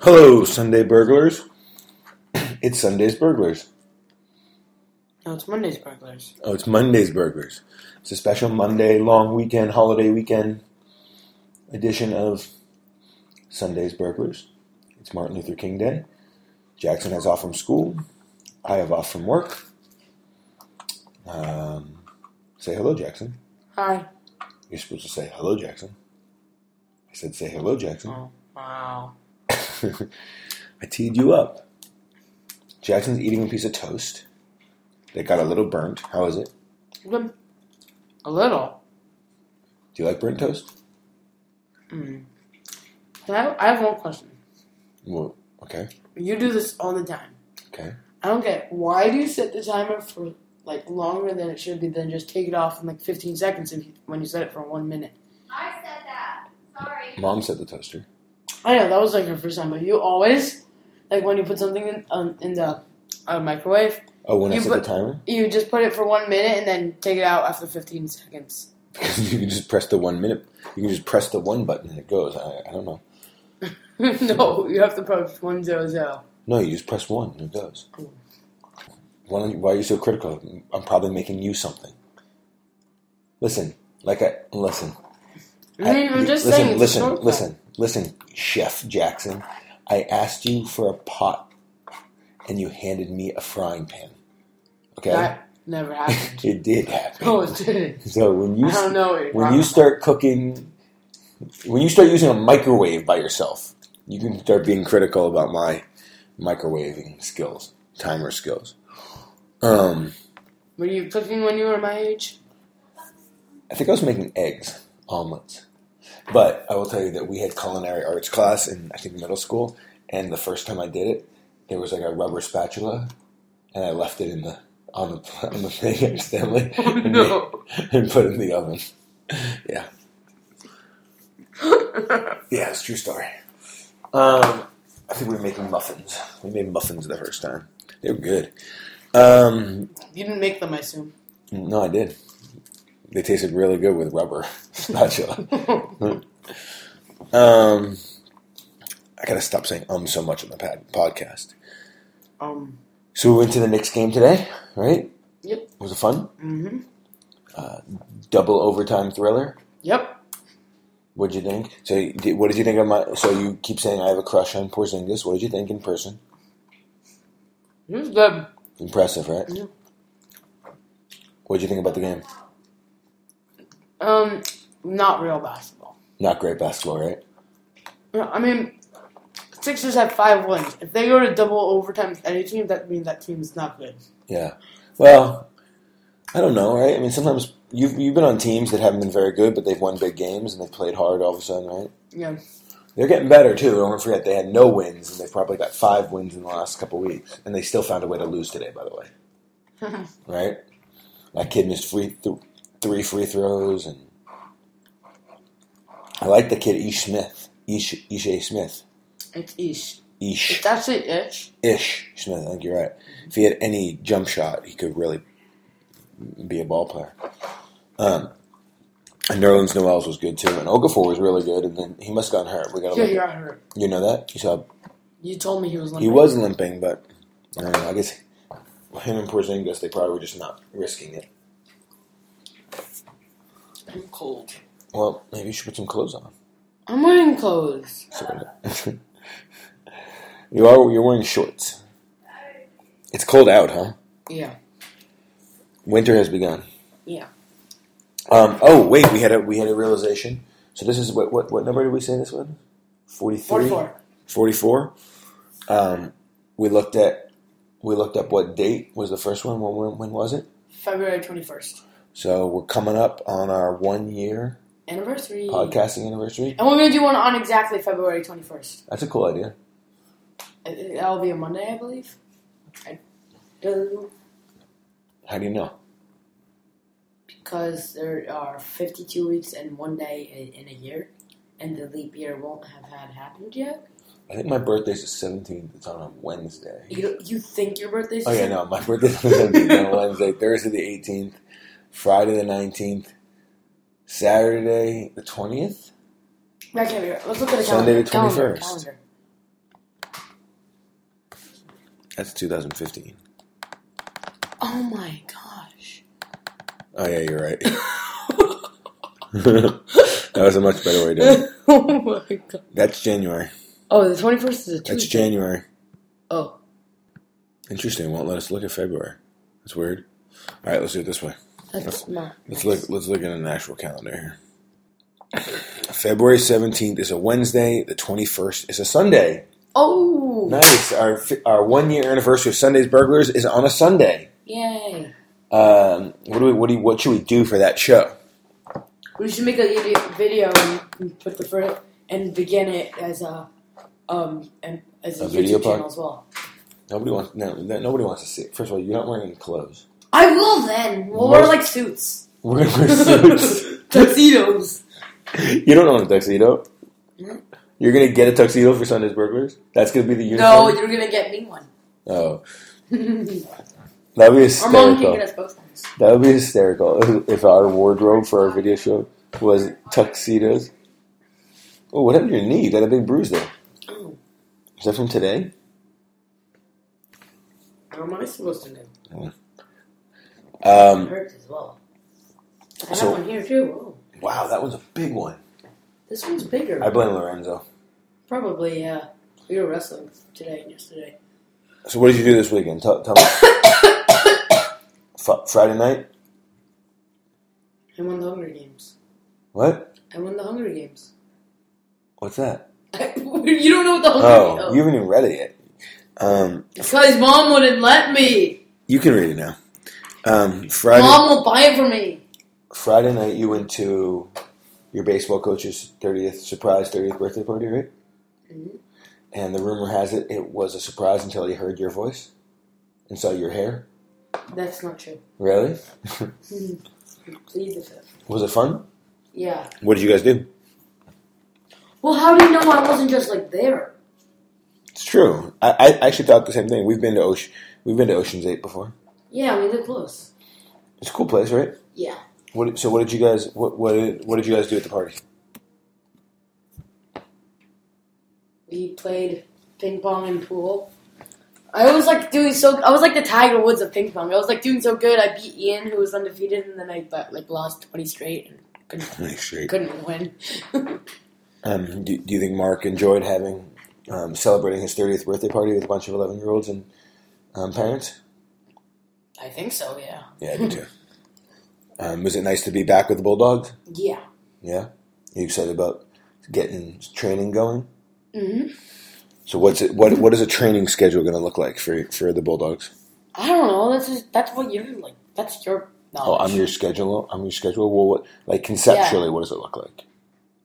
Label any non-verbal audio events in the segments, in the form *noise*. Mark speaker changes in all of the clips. Speaker 1: Hello, Sunday burglars. *clears throat* It's Sunday's burglars.
Speaker 2: No, it's Monday's burglars.
Speaker 1: Oh, it's Monday's burglars. It's a special Monday, long weekend, holiday weekend edition of Sunday's burglars. It's Martin Luther King Day. Jackson has off from school. I have off from work. Um, say hello, Jackson.
Speaker 2: Hi.
Speaker 1: You're supposed to say hello, Jackson. I said say hello, Jackson.
Speaker 2: Oh, wow.
Speaker 1: *laughs* I teed you up. Jackson's eating a piece of toast. That got a little burnt. How is it?
Speaker 2: Good. A little.
Speaker 1: Do you like burnt toast?
Speaker 2: Mm. Can I, I have one question.
Speaker 1: Well, okay,
Speaker 2: You do this all the time.
Speaker 1: okay.
Speaker 2: I don't get it. Why do you set the timer for like longer than it should be, then just take it off in like 15 seconds if you, when you set it for one minute?
Speaker 3: I said that. Sorry.
Speaker 1: Mom set the toaster.
Speaker 2: I know that was like your first time, but you always like when you put something in um, in the uh, microwave,
Speaker 1: Oh, when I
Speaker 2: You
Speaker 1: set
Speaker 2: put-
Speaker 1: the timer? *laughs*
Speaker 2: you just put it for one minute and then take it out after 15 seconds. *laughs*
Speaker 1: Because you can just press the one minute. You can just press the one button and it goes. I, I don't know.
Speaker 2: no, you have to press one zero zero.
Speaker 1: No, you just press one and it goes. Why, don't you, why are you so critical? I'm probably making you something. Listen, like I listen.
Speaker 2: I mean, I'm just
Speaker 1: listen,
Speaker 2: saying. It's a
Speaker 1: Listen,
Speaker 2: shortcut.
Speaker 1: listen, listen, Chef Jackson. I asked you for a pot, and you handed me a frying pan. Okay,
Speaker 2: That never happened.
Speaker 1: *laughs* it did happen.
Speaker 2: no, it didn't.
Speaker 1: So when you
Speaker 2: I don't know. What you're
Speaker 1: when
Speaker 2: talking
Speaker 1: you
Speaker 2: about.
Speaker 1: start cooking, when you start using a microwave by yourself, you can start being critical about my microwaving skills, timer skills. Um,
Speaker 2: were you cooking when you were my age? *laughs*
Speaker 1: I think I was making eggs, omelets. But I will tell you that we had culinary arts class in I think middle school, and the first time I did it, there was like a rubber spatula, and I left it in the on the *laughs* on the thing accidentally,
Speaker 2: *laughs* Oh, no.
Speaker 1: and put it in the oven.
Speaker 2: *laughs*
Speaker 1: Yeah. Yeah, it's a true story. Um, I think we were making muffins. We made muffins the first time. They were good. Um,
Speaker 2: you didn't make them, I assume. *laughs*
Speaker 1: no, I did. They tasted really good with rubber *laughs*
Speaker 2: *laughs*
Speaker 1: spatula. um, I gotta stop saying um so much on the pad- podcast.
Speaker 2: um.
Speaker 1: So we went to the Knicks game today, right?
Speaker 2: Yep.
Speaker 1: Was it fun?
Speaker 2: Mm-hmm.
Speaker 1: Double overtime thriller.
Speaker 2: Yep.
Speaker 1: What'd you think? So, you did, what did you think of my? So you keep saying I have a crush on Porzingis. What did you think in person?
Speaker 2: It was good.
Speaker 1: Impressive, right?
Speaker 2: Yeah.
Speaker 1: What did you think about the game?
Speaker 2: Um, not real basketball.
Speaker 1: Not great basketball, right?
Speaker 2: No, I mean, Sixers have five wins. If they go to double overtime with any team, that means that team's not good.
Speaker 1: Yeah. Well, I don't know, right? I mean, sometimes you've you've been on teams that haven't been very good, but they've won big games and they've played hard. All of a sudden, right?
Speaker 2: Yeah.
Speaker 1: They're getting better too. Don't forget they had no wins, and they've probably got five wins in the last couple weeks, and they still found a way to lose today. By the way, right? That kid missed free th- three free throws, and I like the kid Ish Smith, Ish Ishe Smith,
Speaker 2: It's ish.
Speaker 1: Ish.
Speaker 2: It's actually ish.
Speaker 1: Ish Smith. I think you're right. If he had any jump shot, he could really be a ball player. Um, and Nerlens Noel's was good too, and Okafor was really good. And then he must have gotten hurt. We got
Speaker 2: Yeah,
Speaker 1: to
Speaker 2: you got hurt.
Speaker 1: you know that you saw
Speaker 2: You told me he was.
Speaker 1: he
Speaker 2: limping.
Speaker 1: was limping, but I don't know. I guess him and Porzingis they probably were just not risking it.
Speaker 2: I'm cold.
Speaker 1: Well, maybe you should put some clothes on.
Speaker 2: I'm wearing clothes.
Speaker 1: Sort of. *laughs* you are you're wearing shorts. It's cold out, huh?
Speaker 2: Yeah.
Speaker 1: Winter has begun.
Speaker 2: Yeah.
Speaker 1: Um, oh wait, we had a we had a realization. So this is what what, what number did we say this was? Forty three.
Speaker 2: 44.
Speaker 1: Forty four. Um, we looked at we looked up what date was the first one. When when, when was it?
Speaker 2: February 21st.
Speaker 1: So we're coming up on our one year
Speaker 2: Anniversary.
Speaker 1: podcasting anniversary.
Speaker 2: And we're going to do one on exactly February 21st.
Speaker 1: That's a cool idea.
Speaker 2: I- I- That'll be a Monday, I believe. I do,
Speaker 1: How do you know?
Speaker 2: because there are 52 weeks and one day i- in a year, and the leap year won't have had happened yet.
Speaker 1: I think my birthday's the seventeenth. It's on a Wednesday.
Speaker 2: You, don't- you think your birthday's
Speaker 1: Oh yeah, no, my birthday's on the 17th, on a Wednesday. Thursday the eighteenth. Friday the nineteenth. Saturday the twentieth.
Speaker 2: That can't be right. Let's look at a
Speaker 1: Sunday
Speaker 2: calendar.
Speaker 1: the
Speaker 2: Calendar,
Speaker 1: 21st.
Speaker 2: calendar.
Speaker 1: That's 2015.
Speaker 2: Oh my gosh.
Speaker 1: Oh yeah, you're right. *laughs* that was a much better way to do it.
Speaker 2: *laughs* oh my god.
Speaker 1: That's January.
Speaker 2: Oh, the 21st is a Tuesday.
Speaker 1: That's January.
Speaker 2: Oh.
Speaker 1: Interesting. Won't let us look at February. That's weird. All right, let's do it this way.
Speaker 2: That's not.
Speaker 1: Let's look. Let's look at an actual calendar here. February seventeenth is a Wednesday. The twenty-first is a Sunday.
Speaker 2: Oh!
Speaker 1: Nice. Our fi- our one-year anniversary of Sunday's Burglars is on a Sunday.
Speaker 2: Yay!
Speaker 1: Um, what do we? What do? You, what should we do for that show?
Speaker 2: We should make a vid- video and put the first and begin it as a um and as a,
Speaker 1: A
Speaker 2: YouTube
Speaker 1: video
Speaker 2: channel
Speaker 1: pod-
Speaker 2: as well.
Speaker 1: Nobody wants. No, no- nobody wants to see. It. First of all, you're not wearing any clothes. *laughs*
Speaker 2: I will then. We'll wear
Speaker 1: Most- *laughs*
Speaker 2: like suits,
Speaker 1: We're gonna wear suits. *laughs*
Speaker 2: tuxedos.
Speaker 1: you don't own a tuxedo.
Speaker 2: Hmm?
Speaker 1: You're gonna get a tuxedo for Sunday's Burglars. That's gonna be the
Speaker 2: No,
Speaker 1: uniform.
Speaker 2: you're gonna get
Speaker 1: *laughs*
Speaker 2: me one.
Speaker 1: Oh, that'd be
Speaker 2: Our mom
Speaker 1: hysterical.
Speaker 2: can get us both ones.
Speaker 1: That would be hysterical if- if our wardrobe for our video show was tuxedos. Oh, what happened to your knee? You got a big bruise there.
Speaker 2: Oh,
Speaker 1: Is that from today?
Speaker 2: what am I supposed to do? It
Speaker 1: Um,
Speaker 2: hurts as well. I have
Speaker 1: So-
Speaker 2: one here too. Oh,
Speaker 1: wow, that was a big one.
Speaker 2: this one's bigger.
Speaker 1: I blame Lorenzo.
Speaker 2: Probably. Uh, we were wrestling today and yesterday.
Speaker 1: So, what did you do this weekend? Tell, tell me. *coughs* F- Friday night?
Speaker 2: I won the Hunger Games.
Speaker 1: What?
Speaker 2: I won the Hunger Games. *laughs*
Speaker 1: What's that?
Speaker 2: you don't know what the Hunger Games.
Speaker 1: Oh, you haven't even read it yet. Um,
Speaker 2: Because mom wouldn't let me.
Speaker 1: you can read it now. Um, Friday.
Speaker 2: Mom will buy it for me.
Speaker 1: Friday night you went to your baseball coach's 30th surprise 30th birthday party, right?
Speaker 2: Mhm.
Speaker 1: And the rumor has it it was a surprise until he heard your voice and saw your hair.
Speaker 2: That's not true.
Speaker 1: Really?
Speaker 2: Please, if it-
Speaker 1: Was it fun?
Speaker 2: yeah.
Speaker 1: What did you guys do?
Speaker 2: Well, how do you know I wasn't just like there?
Speaker 1: It's true. I, I actually thought the same thing. We've been to Ocean, we've been to Ocean's Eight before.
Speaker 2: Yeah, we live close.
Speaker 1: It's a cool place, right?
Speaker 2: Yeah.
Speaker 1: What, so what did you guys what what did, what did you guys do at the party?
Speaker 2: We played ping pong and pool. I was like doing so. I was like the Tiger Woods of ping pong. I was like doing so good. I beat Ian, who was undefeated, and then I but, like lost twenty straight and couldn't,
Speaker 1: Straight.
Speaker 2: couldn't win. *laughs*
Speaker 1: Um, do, do you think Mark enjoyed having um, celebrating his 30th birthday party with a bunch of 11 year olds and um, parents?
Speaker 2: I think so. Yeah.
Speaker 1: Yeah, I do too. *laughs* um, was it nice to be back with the Bulldogs?
Speaker 2: Yeah.
Speaker 1: Yeah. You excited about getting training going?
Speaker 2: hmm
Speaker 1: So what's it, what what is a training schedule going to look like for for the Bulldogs?
Speaker 2: I don't know. That's just, that's what you're like. That's your
Speaker 1: Oh,
Speaker 2: knowledge.
Speaker 1: I'm your schedule. I'm your schedule. Well, what like conceptually, what does it look like?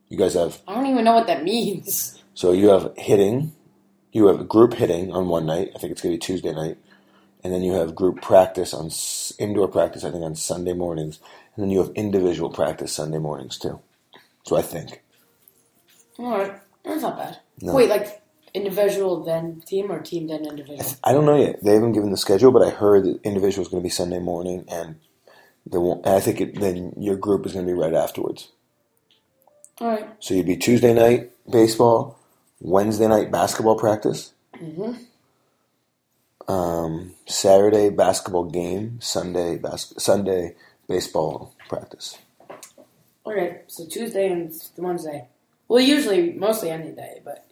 Speaker 1: You guys have
Speaker 2: I don't even know what that means.
Speaker 1: so you have hitting, you have group hitting on one night. I think it's going to be Tuesday night, and then you have group practice on s- indoor practice. I think on Sunday mornings, and then you have individual practice Sunday mornings too. So I think.
Speaker 2: Alright, that's not bad.
Speaker 1: No.
Speaker 2: Wait, like individual then team or team then individual?
Speaker 1: *laughs* I don't know yet. They haven't given the schedule, but I heard that individual is going to be Sunday morning, and the one- and I think it, then your group is going to be right afterwards.
Speaker 2: Alright.
Speaker 1: So you'd be Tuesday night baseball, Wednesday night basketball practice, um, Saturday basketball game, Sunday bas- Sunday baseball practice.
Speaker 2: Okay, so Tuesday and Wednesday. Well, usually, mostly any day, but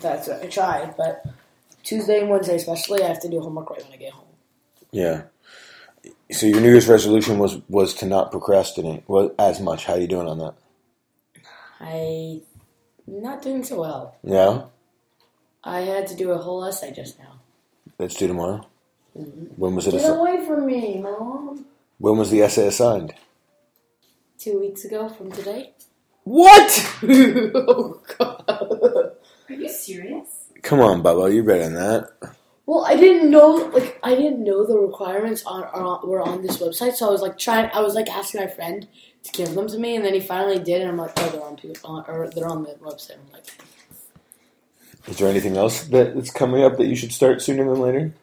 Speaker 2: that's what I tried. But Tuesday and Wednesday, especially, I have to do homework right when I get home.
Speaker 1: Yeah. So your New Year's resolution was was to not procrastinate well, as much. How you doing on that?
Speaker 2: I not doing so well.
Speaker 1: Yeah,
Speaker 2: I had to do a whole essay just now.
Speaker 1: that's due tomorrow. When was it?
Speaker 2: Get
Speaker 1: assi-
Speaker 2: away from me, mom!
Speaker 1: when was the essay assigned?
Speaker 2: Two weeks ago from today.
Speaker 1: What?
Speaker 2: *laughs* oh god.
Speaker 3: Are you serious?
Speaker 1: Come on, Bubba, you're better than that.
Speaker 2: Well, I didn't know like I didn't know the requirements on, are on were on this website, so I was like trying. I was like asking my friend to give them to me, and then he finally did, and I'm like, oh, they're on, P- on or they're on the website. I'm like,
Speaker 1: Is there anything else that, that's coming up that you should start sooner than later?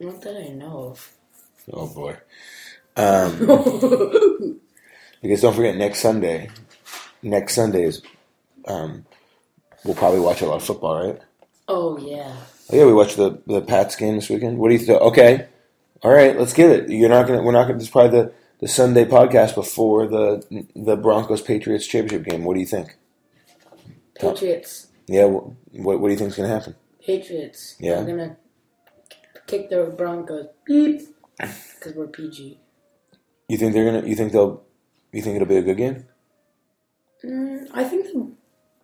Speaker 2: not that I know of. *laughs*
Speaker 1: Oh boy. Um, because don't forget, next Sunday, next Sunday is, um, we'll probably watch a lot of football, right?
Speaker 2: oh yeah,
Speaker 1: Oh, yeah, we watched the the Pats game this weekend. What do you think? Okay, all right, let's get it. You're not gonna. We're not gonna. This is probably the, the Sunday podcast before the the Broncos Patriots championship game. What do you think?
Speaker 2: Patriots.
Speaker 1: Yeah, wh- what what do you think's gonna happen?
Speaker 2: Patriots.
Speaker 1: Yeah.
Speaker 2: We're gonna kick the Broncos. Beep. Because we're PG.
Speaker 1: You think they're gonna? You think they'll? You think it'll be a good game?
Speaker 2: Mm, I think the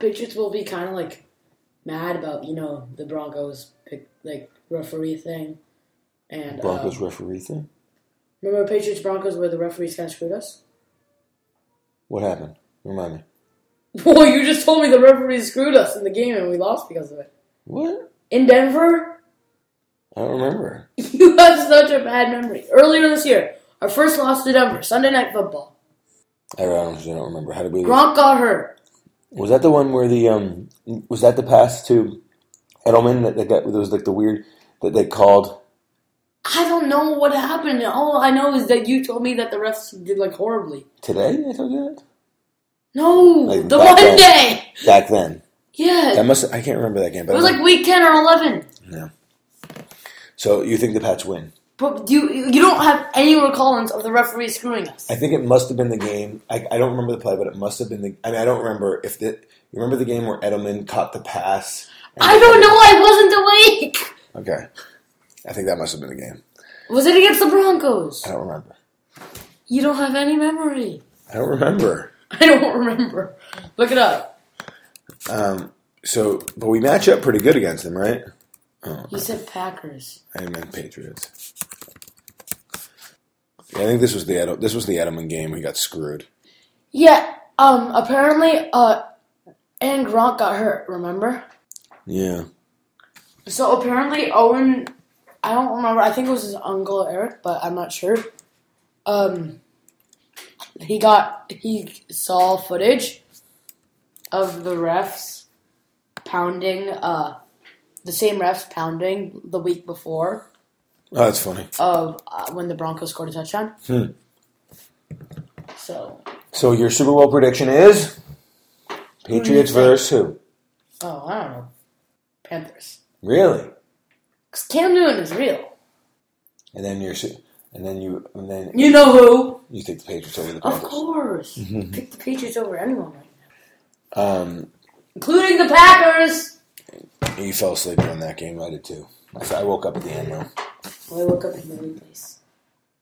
Speaker 2: Patriots will be kind of like mad about you know the Broncos pick, like referee thing, and
Speaker 1: Broncos
Speaker 2: um,
Speaker 1: referee thing.
Speaker 2: remember Patriots Broncos where the referees kind of screwed us. *laughs*
Speaker 1: What happened? Remind me.
Speaker 2: Boy, you just told me the referees screwed us in the game and we lost because of it.
Speaker 1: What?
Speaker 2: In Denver, *laughs*
Speaker 1: I don't remember.
Speaker 2: you have such a bad memory. Earlier this year, our first loss to Denver, Sunday Night Football.
Speaker 1: I honestly don't remember. How did we? Lose?
Speaker 2: Gronk got hurt.
Speaker 1: Was that the one where the um? Was that the pass to Edelman that that got? There was like the weird that they called.
Speaker 2: I don't know what happened. All I know is that you told me that the refs did like horribly.
Speaker 1: Today I told you that.
Speaker 2: No,
Speaker 1: Like
Speaker 2: the
Speaker 1: back
Speaker 2: one
Speaker 1: then.
Speaker 2: day.
Speaker 1: Back then,
Speaker 2: Yeah,
Speaker 1: that must. I can't remember that game. But
Speaker 2: It was like week ten or eleven.
Speaker 1: so. You think the Pats win?
Speaker 2: But do you you don't have any recallings of the referee screwing us.
Speaker 1: I think it must have been the game. I, I don't remember the play, but it must have been the. I mean, I don't remember if the. You remember the game where Edelman caught the pass?
Speaker 2: I don't know. I wasn't awake.
Speaker 1: Okay, I think that must have been the game.
Speaker 2: Was it against the Broncos?
Speaker 1: I don't remember.
Speaker 2: You don't have any memory. *laughs*
Speaker 1: I don't remember.
Speaker 2: I don't remember. Look it up.
Speaker 1: Um. So, but we match up pretty good against them, right?
Speaker 2: You said Packers.
Speaker 1: I meant Patriots. Yeah, I think this was the Edel- this was the Edelman game. We got screwed.
Speaker 2: Yeah. Um. Apparently, uh, and Gronk got hurt. Remember?
Speaker 1: Yeah.
Speaker 2: So apparently Owen, I don't remember. I think it was his uncle Eric, but I'm not sure. Um, he got he saw footage of the refs pounding uh the same refs pounding the week before
Speaker 1: Oh, that's funny.
Speaker 2: of uh, when the Broncos scored a touchdown.
Speaker 1: Hmm.
Speaker 2: So
Speaker 1: So your Super Bowl prediction is Patriots versus who?
Speaker 2: oh I don't know Panthers
Speaker 1: Really?
Speaker 2: 'Cause Cam Newton is real.
Speaker 1: And then your su- and then you and then
Speaker 2: You know who?
Speaker 1: you take the Patriots over the
Speaker 2: Of
Speaker 1: Broncos.
Speaker 2: *laughs* course, pick the Patriots over anyone right now,
Speaker 1: Um,
Speaker 2: including the Packers.
Speaker 1: you fell asleep during that game. I did too. I, f- I woke up at the end though.
Speaker 2: Well, I woke up in the replays.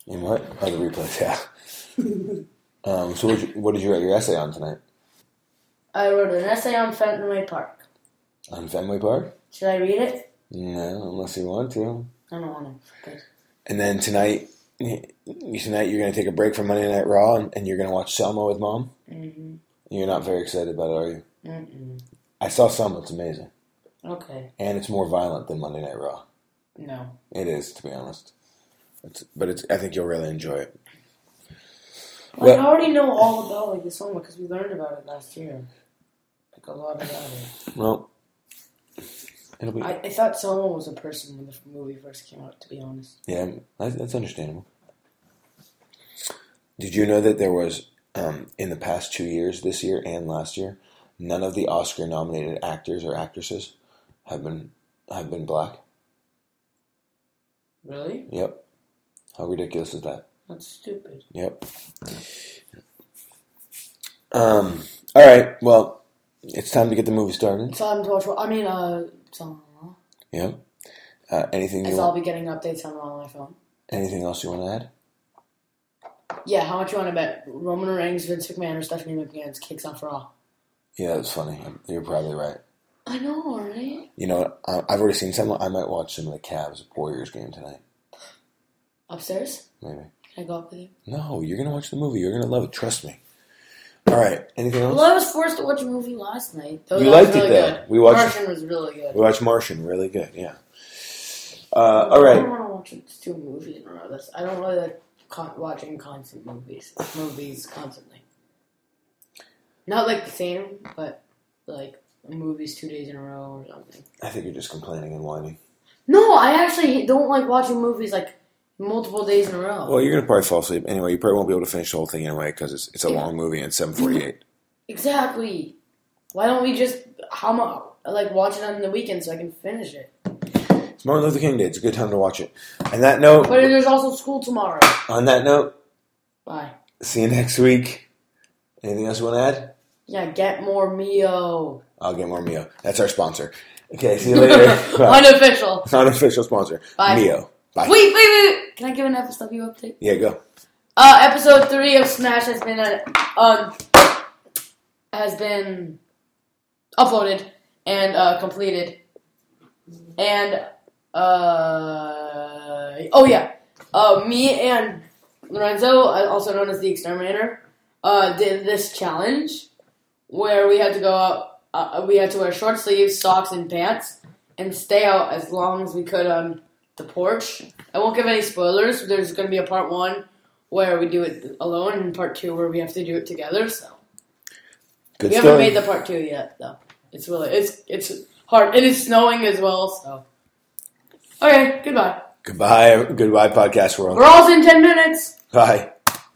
Speaker 1: And what? Oh, the replays. *laughs* Yeah. um, so what, you, what did you write your essay on tonight?
Speaker 2: I wrote an essay on Fenway Park.
Speaker 1: On Fenway Park?
Speaker 2: Should I read it?
Speaker 1: No, unless you want to.
Speaker 2: I don't want to. Okay.
Speaker 1: And then tonight, y- tonight you're going to take a break from Monday Night Raw, and, and you're going to watch Selma with Mom.
Speaker 2: Mhm.
Speaker 1: You're not very excited about it, are you?
Speaker 2: Mm-mm.
Speaker 1: I saw Selma. It's amazing,
Speaker 2: Mm-hmm. Okay.
Speaker 1: and it's more violent than Monday Night Raw.
Speaker 2: No.
Speaker 1: It is, to be honest. It's, but it's. I think you'll really enjoy it.
Speaker 2: Well, I
Speaker 1: Well-
Speaker 2: already know all about like this one because we learned about it last year. Like a lot about it.
Speaker 1: Well, it'll be.
Speaker 2: I, I thought Selma was a person when the movie first came out. To be honest.
Speaker 1: yeah, that's, that's understandable. Did you know that there was um, in the past two years, this year and last year, none of the Oscar-nominated actors or actresses have been have been black.
Speaker 2: Really?
Speaker 1: Yep. How ridiculous is that?
Speaker 2: That's stupid.
Speaker 1: Yep. Um. All right. Well, it's time to get the movie started.
Speaker 2: So I'm to watch. I mean, uh, Selma.
Speaker 1: Yep. Uh, anything you
Speaker 2: Because I'll
Speaker 1: want,
Speaker 2: be getting updates on it on my phone.
Speaker 1: anything else you want to add?
Speaker 2: Yeah. How much you want to bet? Roman Reigns, Vince McMahon, or Stephanie McMahon's kicks off for all.
Speaker 1: Yeah, that's funny. You're probably right.
Speaker 2: I know, right?
Speaker 1: You know, what? I- I've already seen some. I might watch some of the Cavs Warriors game tonight.
Speaker 2: Upstairs?
Speaker 1: Maybe.
Speaker 2: Can I go up with you?
Speaker 1: No, you're gonna watch the movie. You're gonna love it. Trust me. All right. Anything else?
Speaker 2: Well, I was forced to watch a movie last night. Though
Speaker 1: You
Speaker 2: that
Speaker 1: liked
Speaker 2: was really
Speaker 1: it though.
Speaker 2: Good.
Speaker 1: We watched-
Speaker 2: Martian was really good.
Speaker 1: We watched Martian. Really good. Yeah. Uh, all
Speaker 2: I
Speaker 1: right.
Speaker 2: don't want to watch it- two movies in a row. That's, I don't really like con- watching constant movies. Movies constantly. Not like the same, but like movies two days in a row or something.
Speaker 1: I think you're just complaining and whining.
Speaker 2: No, I actually don't like watching movies like multiple days in a row.
Speaker 1: Well, you're gonna probably fall asleep anyway. You probably won't be able to finish the whole thing anyway because it's it's a long movie and 7:48.
Speaker 2: Exactly. Why don't we just how much like watch it on the weekend so I can finish it?
Speaker 1: It's Martin Luther King Day. It's a good time to watch it. On that note,
Speaker 2: But there's also school tomorrow.
Speaker 1: on that note,
Speaker 2: Bye.
Speaker 1: see you next week. Anything else you want to add?
Speaker 2: Yeah, get more Mio.
Speaker 1: I'll get more Mio. That's our sponsor. Okay, see you
Speaker 2: *laughs*
Speaker 1: later. Bye.
Speaker 2: Unofficial.
Speaker 1: Unofficial sponsor.
Speaker 2: Bye.
Speaker 1: Mio. Bye.
Speaker 2: Wait, wait, wait. Can I give an FSW update?
Speaker 1: Yeah, go.
Speaker 2: Uh, episode three of Smash has been uh, um has been uploaded and uh, completed, and uh oh yeah, uh me and Lorenzo, uh, also known as the Exterminator, uh did this challenge where we had to go out, uh, we had to wear short sleeves, socks, and pants, and stay out as long as we could on the porch. I won't give any spoilers. There's gonna be a part one where we do it alone, and part two where we have to do it together. So
Speaker 1: Good
Speaker 2: we
Speaker 1: story.
Speaker 2: haven't made the part two yet, though. It's really it's it's hard. It is snowing as well, so okay. Goodbye.
Speaker 1: Goodbye. Goodbye, podcast world.
Speaker 2: We're all in ten minutes.
Speaker 1: Bye.